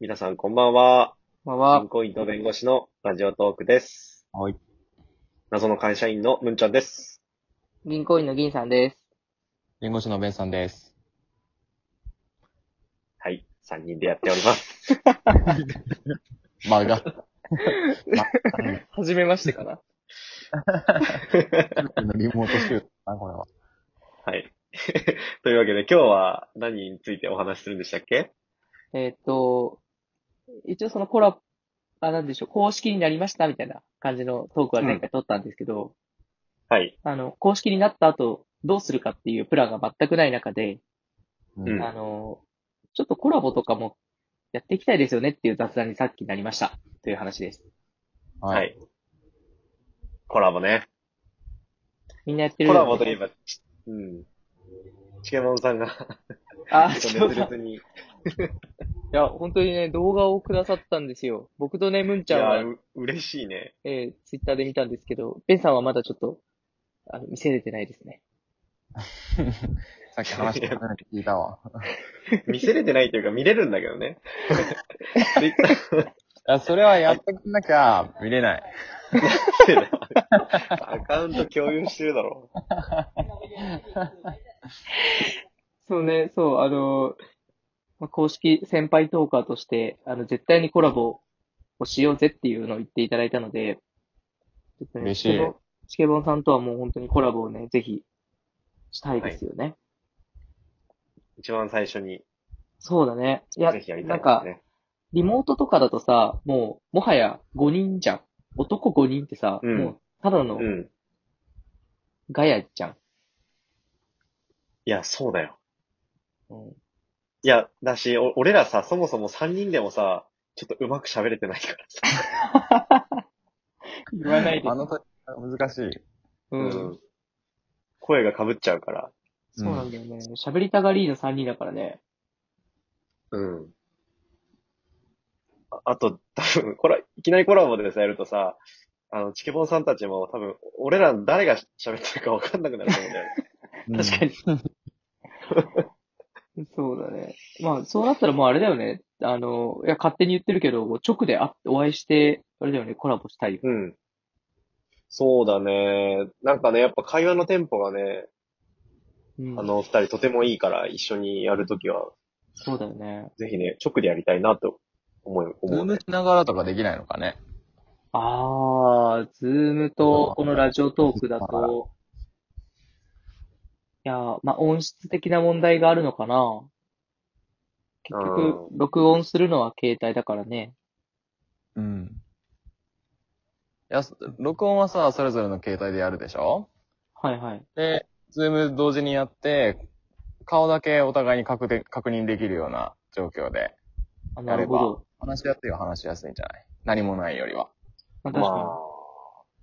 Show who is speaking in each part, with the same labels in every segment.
Speaker 1: 皆さん、こんばんは。
Speaker 2: こんばん
Speaker 1: 銀
Speaker 2: は。
Speaker 1: 行員と弁護士のラジオトークです。
Speaker 3: はい。
Speaker 1: 謎の会社員のむんちゃんです。
Speaker 2: 銀行員の銀さんです。
Speaker 3: 弁護士のベンさんです。
Speaker 1: はい。3人でやっております。
Speaker 3: 間が。
Speaker 2: はじめましてかな。
Speaker 3: リモートしてるな、これは。
Speaker 1: はい。 というわけで、今日は何についてお話しするんでしたっけ
Speaker 2: えーっと、一応そのコラ、あ、なんでしょう、公式になりましたみたいな感じのトークは前回取ったんですけど、
Speaker 1: はい。
Speaker 2: あの、公式になった後、どうするかっていうプランが全くない中で、
Speaker 3: う
Speaker 1: うん
Speaker 2: あの、ちょっとコラボとかもやっていきたいですよねっていう雑談にさっきなりましたという話です。
Speaker 1: はい。。コラボね。
Speaker 2: みんなやって
Speaker 1: コ
Speaker 2: るよね
Speaker 1: ラボといえば、ちうん。チケモンさんが、
Speaker 2: あ、
Speaker 1: ち
Speaker 2: そ
Speaker 1: ょっ
Speaker 2: う
Speaker 1: と
Speaker 2: だ
Speaker 1: 熱烈に。
Speaker 2: いや、本当にね、動画をくださったんですよ。僕とね、むん
Speaker 1: い
Speaker 2: ちゃんは
Speaker 1: や、う嬉しいね。
Speaker 2: えー、ツイッターで見たんですけど、ベンさんはまだちょっと、あの、見せれてないですね。
Speaker 3: さっき話してたのに聞いたわ。
Speaker 1: 見せれてないというか、見れるんだけど ね。ツイッター
Speaker 3: あそれはやっとくんなきゃ見れない。
Speaker 1: ってなアカウント共有してるだろ。
Speaker 2: そうね、そう、あの、まあ公式先輩トーカーとして、あの、絶対にコラボをしようぜっていうのを言っていただいたので、ちょっとね
Speaker 3: 嬉しい
Speaker 2: チケボンチケボンさんとはもう本当にコラボをね、ぜひ、したいですよね。
Speaker 1: 一番最初に、
Speaker 2: そうだね。いや、
Speaker 1: ぜひやりた
Speaker 2: ないん
Speaker 1: で
Speaker 2: か
Speaker 1: す、ね。
Speaker 2: リモートとかだとさ、もう、もはや5人じゃん。男5人ってさ、
Speaker 1: うん
Speaker 2: もう、ただの
Speaker 1: うん。
Speaker 2: ガヤじゃん。
Speaker 1: いや、そうだよ。
Speaker 2: うん
Speaker 1: いや、だし、お俺らさ、そもそも3人でもさ、ちょっとうまく喋れてないからさ。
Speaker 2: 言わないで
Speaker 3: あの時、難しい。
Speaker 2: うん。
Speaker 1: 声が被っちゃうから。
Speaker 2: そうなんだよね。喋りたがりの3人だからね。
Speaker 1: うん。ああと、多分、これ、いきなりコラボでさ、やるとさ、あの、チケボンさんたちも多分、俺ら誰が喋ってるかわかんなくなると思うんだよね。
Speaker 2: 確かに。 そうだね。まあ、そうなったらもうあれだよね。あの、いや、勝手に言ってるけど、直で会ってお会いして、あれだよね、コラボしたいよ。
Speaker 1: うん。そうだね。なんかね、やっぱ会話のテンポがね、
Speaker 2: うん
Speaker 1: あ、の二人とてもいいから、一緒にやるときは、
Speaker 2: そうだよね。
Speaker 1: ぜひね、直でやりたいなと思う、
Speaker 3: ズ
Speaker 1: 思
Speaker 3: ー
Speaker 1: う
Speaker 3: ム
Speaker 1: ね
Speaker 3: し。ながらとかできないのかね。
Speaker 2: あー、ズームと、このラジオトークだと、いやー、まあ、音質的な問題があるのかな。結局、録音するのは携帯だからね。
Speaker 3: うん。いや、録音はさ、それぞれの携帯でやるでしょ
Speaker 2: はいはい。
Speaker 3: で、ズーム同時にやって、顔だけお互いに確定確認できるような状況で、
Speaker 2: あ
Speaker 3: や
Speaker 2: な
Speaker 3: れ
Speaker 2: る
Speaker 3: ば
Speaker 2: ほど。
Speaker 3: 話し合っては話しやすいんじゃない何もないよりは。
Speaker 2: まあ、確かに。
Speaker 1: ま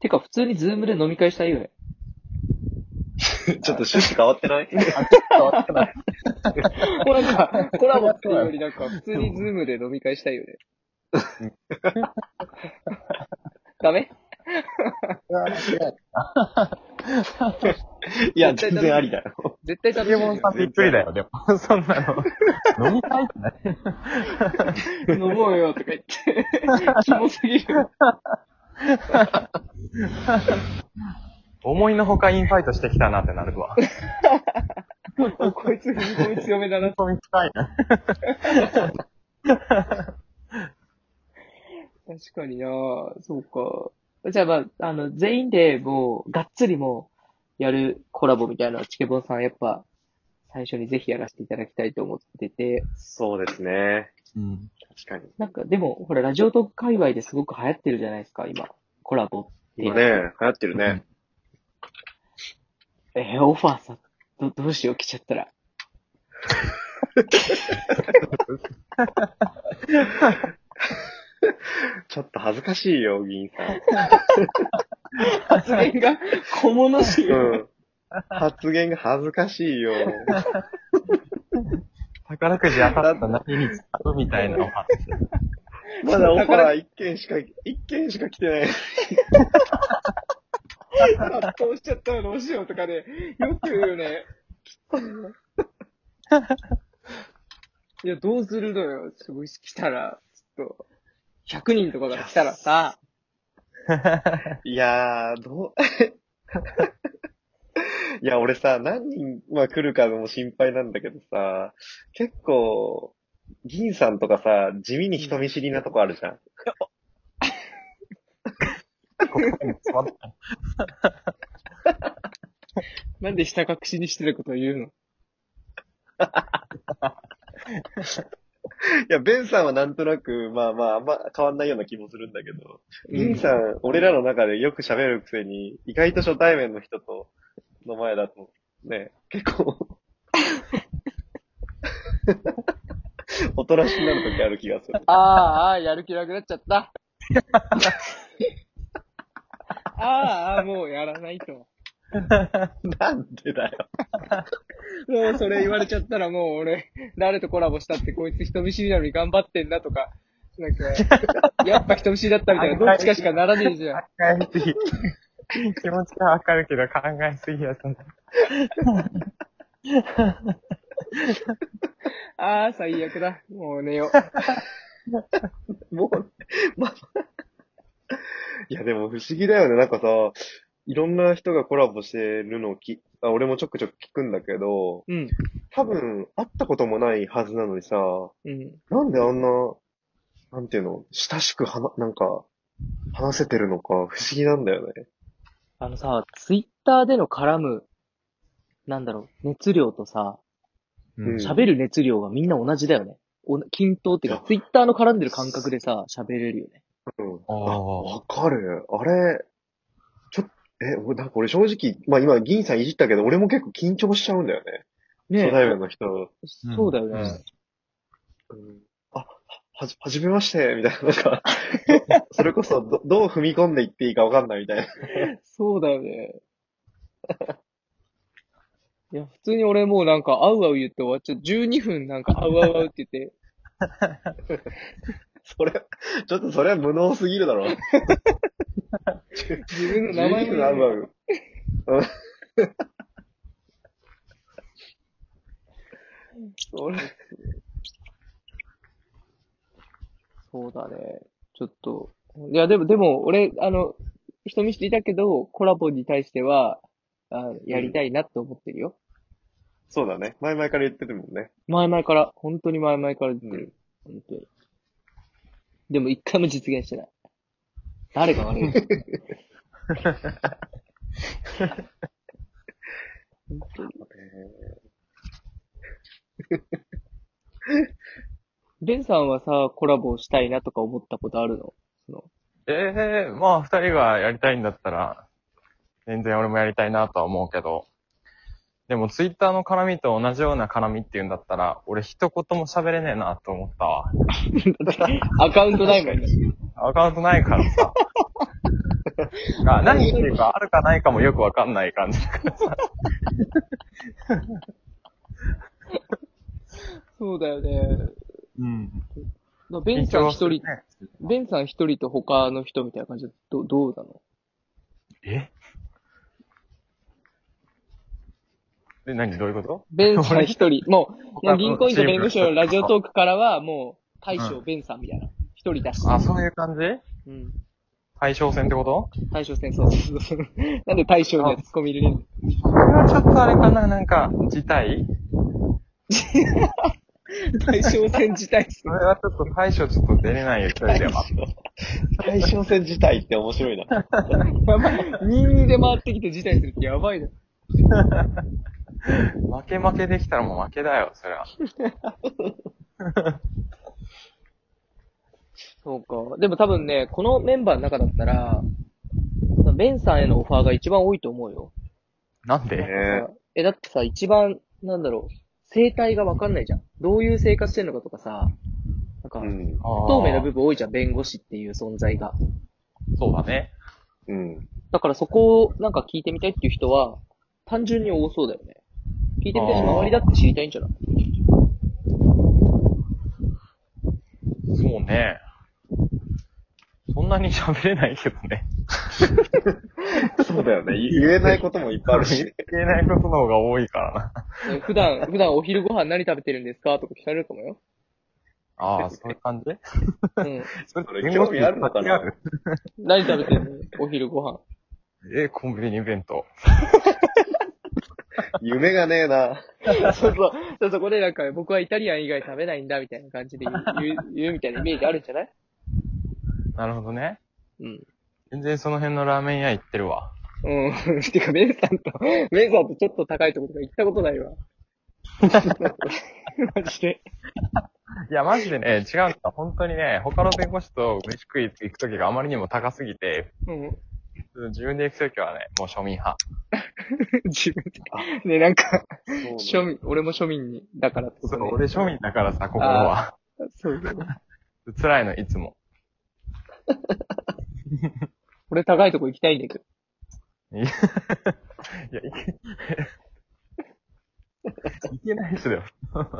Speaker 2: てか、普通にズームで飲み会したいよね。
Speaker 1: あ、ちょっと趣旨変わってない
Speaker 3: 変わってない。
Speaker 2: もうなんか、コラボっていうよりなんか、普通にズームで飲み会したいよね。ダメ
Speaker 1: いや、全然ありだよ。
Speaker 2: 絶対ダ
Speaker 3: ポケモ
Speaker 2: メ
Speaker 3: ンさんびっくりだよ、でも。そんなの。飲み会ってない
Speaker 2: 飲もうよとか言って。 キモすぎる。
Speaker 3: 思いのほかインファイトしてきたなってなるわ。
Speaker 2: こいつ踏み込み強めだな。
Speaker 3: 飲みたいな。
Speaker 2: 確かになそうか。じゃあまあ、あの、全員でもう、がっつりもう、やるコラボみたいなのはチケボンさんやっぱ、最初にぜひやらせていただきたいと思ってて。
Speaker 1: そうですね。
Speaker 3: うん。
Speaker 1: 確かに。
Speaker 2: なんか、でも、ほら、ラジオトーク界隈ですごく流行ってるじゃないですか、今。コラボって。
Speaker 1: 今ね、流行ってるね。
Speaker 2: えーオファーさ、ど、どうしよう、来ちゃったら。
Speaker 1: ちょっと恥ずかしいよ、議員さん。
Speaker 2: 発言が小物し
Speaker 1: うん。発言が恥ずかしい よ。
Speaker 3: 宝くじ当たった波に使うみたいなのが
Speaker 1: まだオファー一件しか、一件しか来てない。
Speaker 2: 殺到しちゃったらどうしようとかで、よく言うよね。いや、どうするのよ。すごい、来たら、ちょっと、100人とかが来たらさ、
Speaker 1: いやー、どう いや、俺さ、何人、まあ、来るかも心配なんだけどさ、結構、銀さんとかさ、地味に人見知りなとこあるじゃん。
Speaker 2: なんで下隠しにしてることを言うの
Speaker 1: いや、ベンさんはなんとなく、まあまあ、あんま変わんないような気もするんだけど、
Speaker 2: うん
Speaker 1: 銀さん、俺らの中でよく喋るくせに、意外と初対面の人と、の前だと、ね、結構、おとなしくなる時ある気がする。
Speaker 2: ああ、ああ、やる気なくなっちゃった。ああ、ああ、もうやらないと。
Speaker 1: なんでだよ。
Speaker 2: もうそれ言われちゃったらもう俺、誰とコラボしたってこいつ人見知りなのに頑張ってんなとか、なん か、やっぱ人見知りだったみたいな、どっちかしかならねえじゃん。
Speaker 3: 考えすぎ。気持ちはわかるけど考えすぎやと思
Speaker 2: ああ、最悪だ。もう寝よ
Speaker 1: もう、まあ、いや、でも不思議だよね。なんかさ、いろんな人がコラボしてるのをき、あ、俺もちょくちょく聞くんだけど、
Speaker 2: う。うん。
Speaker 1: 多分、会ったこともないはずなのにさ、
Speaker 2: うん。
Speaker 1: なんであんな、なんていうの、親しくはな、なんか、話せてるのか不思議なんだよね。
Speaker 2: あのさ、ツイッターでの絡む、なんだろう、熱量とさ、
Speaker 3: う。
Speaker 1: うん
Speaker 2: 喋る熱量がみんな同じだよね。おな均等っていうか
Speaker 1: い、や
Speaker 2: ツイッターの絡んでる感覚でさ、喋れるよね。
Speaker 1: うん。
Speaker 3: あー
Speaker 1: あわかる。あれ、ちょっと、え、俺、なんか俺正直、まあ今、銀さんいじったけど、俺も結構緊張しちゃうんだよね。
Speaker 2: ね
Speaker 1: 初対面の人。
Speaker 3: うん
Speaker 2: そうだよね。
Speaker 1: うんあ、は、はじ、はじめまして、みたいな、なんか、 それこそど、どう踏み込んでいっていいかわかんないみたいな。
Speaker 2: そうだよね。 いや、普通に俺もうなんか、あうあう言って終わっちゃう。12分なんか、あうあうあうって言って、
Speaker 1: それ、ちょっとそれは無能すぎるだろ。
Speaker 2: 自分の名前
Speaker 1: 12分合う
Speaker 2: も。
Speaker 1: 合う。
Speaker 2: 俺そうだね。ちょっと。いや、でも、でも、俺、あの、人見知りだけど、コラボに対しては、あやりたいなって思ってるよ。
Speaker 1: そうだね。前々から言ってるもんね。
Speaker 2: 前々から、本当に前々から言ってる。本当に。でも、一回も実現してない。誰が悪いの本当にベンさんはさ、コラボしたいなとか思ったことある のその
Speaker 3: ええまあ、二人がやりたいんだったら、全然俺もやりたいなとは思うけど、でもツイッターの絡みと同じような絡みっていうんだったら、俺一言も喋れねえなと思ったわ。
Speaker 2: アカウントないもんね。
Speaker 3: アカウントないから さ。あ何言ってるかあるかないかもよくわかんない感じだからさ。
Speaker 2: そうだよね。
Speaker 3: うん。
Speaker 2: ベンさん一人、
Speaker 3: ね
Speaker 2: ベンさん一人と他の人みたいな感じで、どどうなの
Speaker 3: えで、何どういうこと
Speaker 2: ベンさん一人。もう、も
Speaker 3: 他
Speaker 2: う
Speaker 3: の
Speaker 2: 銀行員と弁護士のラジオトークからは、もう、大
Speaker 3: う
Speaker 2: 将ベンさんみたいな。一人出して。
Speaker 3: あ、そういう感じ
Speaker 2: うん。
Speaker 3: 対象戦ってこと
Speaker 2: 大将戦争。そうそうそうなんで大将には突っ込み入れるの
Speaker 3: これはちょっとあれかななんか、事態
Speaker 2: 大将戦自体っす
Speaker 3: そ
Speaker 2: ね。
Speaker 3: れはちょっと対処ちょっと出れないよ、一人では。
Speaker 1: 対象戦自体って面 白いな。
Speaker 2: やばい。2で回ってきて自体するってやばいな。
Speaker 3: 負け負けできたらもう負けだよ、そりゃ。
Speaker 2: そうか。でも多分ね、このメンバーの中だったら、ベンさんへのオファーが一番多いと思うよ。
Speaker 3: なんで
Speaker 1: ね
Speaker 2: え、だってさ、一番、なんだろう、生態がわかんないじゃん。どういう生活してんのかとかさ、なんか、
Speaker 1: うん。
Speaker 2: 不
Speaker 3: 不
Speaker 2: 透明な部分多いじゃん、弁護士っていう存在が。
Speaker 3: そうだね。
Speaker 1: うん。
Speaker 2: だからそこをなんか聞いてみたいっていう人は、単純に多そうだよね。聞いてみたいし、
Speaker 3: あー
Speaker 2: 周りだって知りたいんじゃない
Speaker 3: そうね。そんなに喋れないけどね。
Speaker 1: そうだよね。言えないこともいっぱいある し。
Speaker 3: 言えないことの方が多いからな。
Speaker 2: え普段、普段お昼ご飯何食べてるんですかとか聞かれるかもよ。
Speaker 3: ああ、そういう感じ
Speaker 2: うん。
Speaker 3: そ
Speaker 1: それ興味あるのかな
Speaker 3: る
Speaker 2: 何食べてんのお昼ご飯。
Speaker 3: え、コンビニ弁当。
Speaker 1: 夢がねえな。
Speaker 2: そうそう。そうそこでなんか、僕はイタリアン以外食べないんだ、みたいな感じで言う、言う、言うみたいなイメージあるんじゃない
Speaker 3: なるほどね。
Speaker 2: うん。
Speaker 3: 全然その辺のラーメン屋行ってるわ。
Speaker 2: うん。 てか、メンさんと、メンさんとちょっと高いところとか行ったことないわ。 マジで。
Speaker 3: いや、マジでね、違うんだ。本当にね、他の弁護士と飯食い行くときがあまりにも高すぎて、
Speaker 2: うん。
Speaker 3: 自分で行くときはね、もう庶民派。
Speaker 2: 自分で。ね、なんか、
Speaker 1: そう
Speaker 2: 庶民、俺も庶民に、だからってこ
Speaker 3: そ
Speaker 2: と
Speaker 3: う、
Speaker 2: ね。
Speaker 3: 俺庶民だからさ、心は。
Speaker 2: そうそう。
Speaker 3: 辛いの、いつも。
Speaker 2: 俺高いとこ行きたいんだけど。
Speaker 3: いや、い け、いけない人だよ。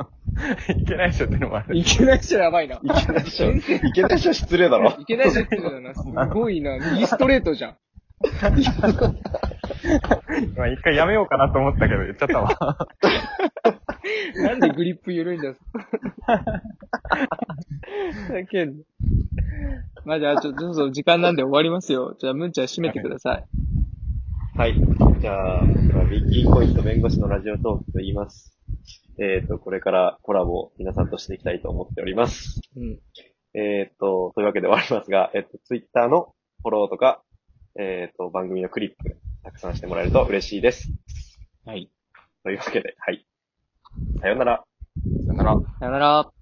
Speaker 3: いけない人ってのもある。
Speaker 2: 行けない人やばいな。
Speaker 1: い けないっしょ。いけないっしょ失礼だろ。
Speaker 2: 行けない人って言うな。すごいな。右ストレートじゃん。
Speaker 3: まあ一回やめようかなと思ったけど、言っちゃ ったわ。
Speaker 2: なんでグリップ緩いんだよ。だけど。まあじゃあ、ちょっと、そうそう時間なんで終わりますよ。じゃあ、むんちゃん閉めてください。
Speaker 1: はい。じゃあ、僕はビッキーコインと弁護士のラジオトークと言います。えっ、と、これからコラボを皆さんとしていきたいと思っております。
Speaker 2: うん。
Speaker 1: えっ、と、というわけで終わりますが、えっ、と、ツイッターのフォローとか、えっ、と、番組のクリップ、たくさんしてもらえると嬉しいです。
Speaker 2: はい。
Speaker 1: というわけで、はい。さようなら。
Speaker 3: さよなら。
Speaker 2: さよなら。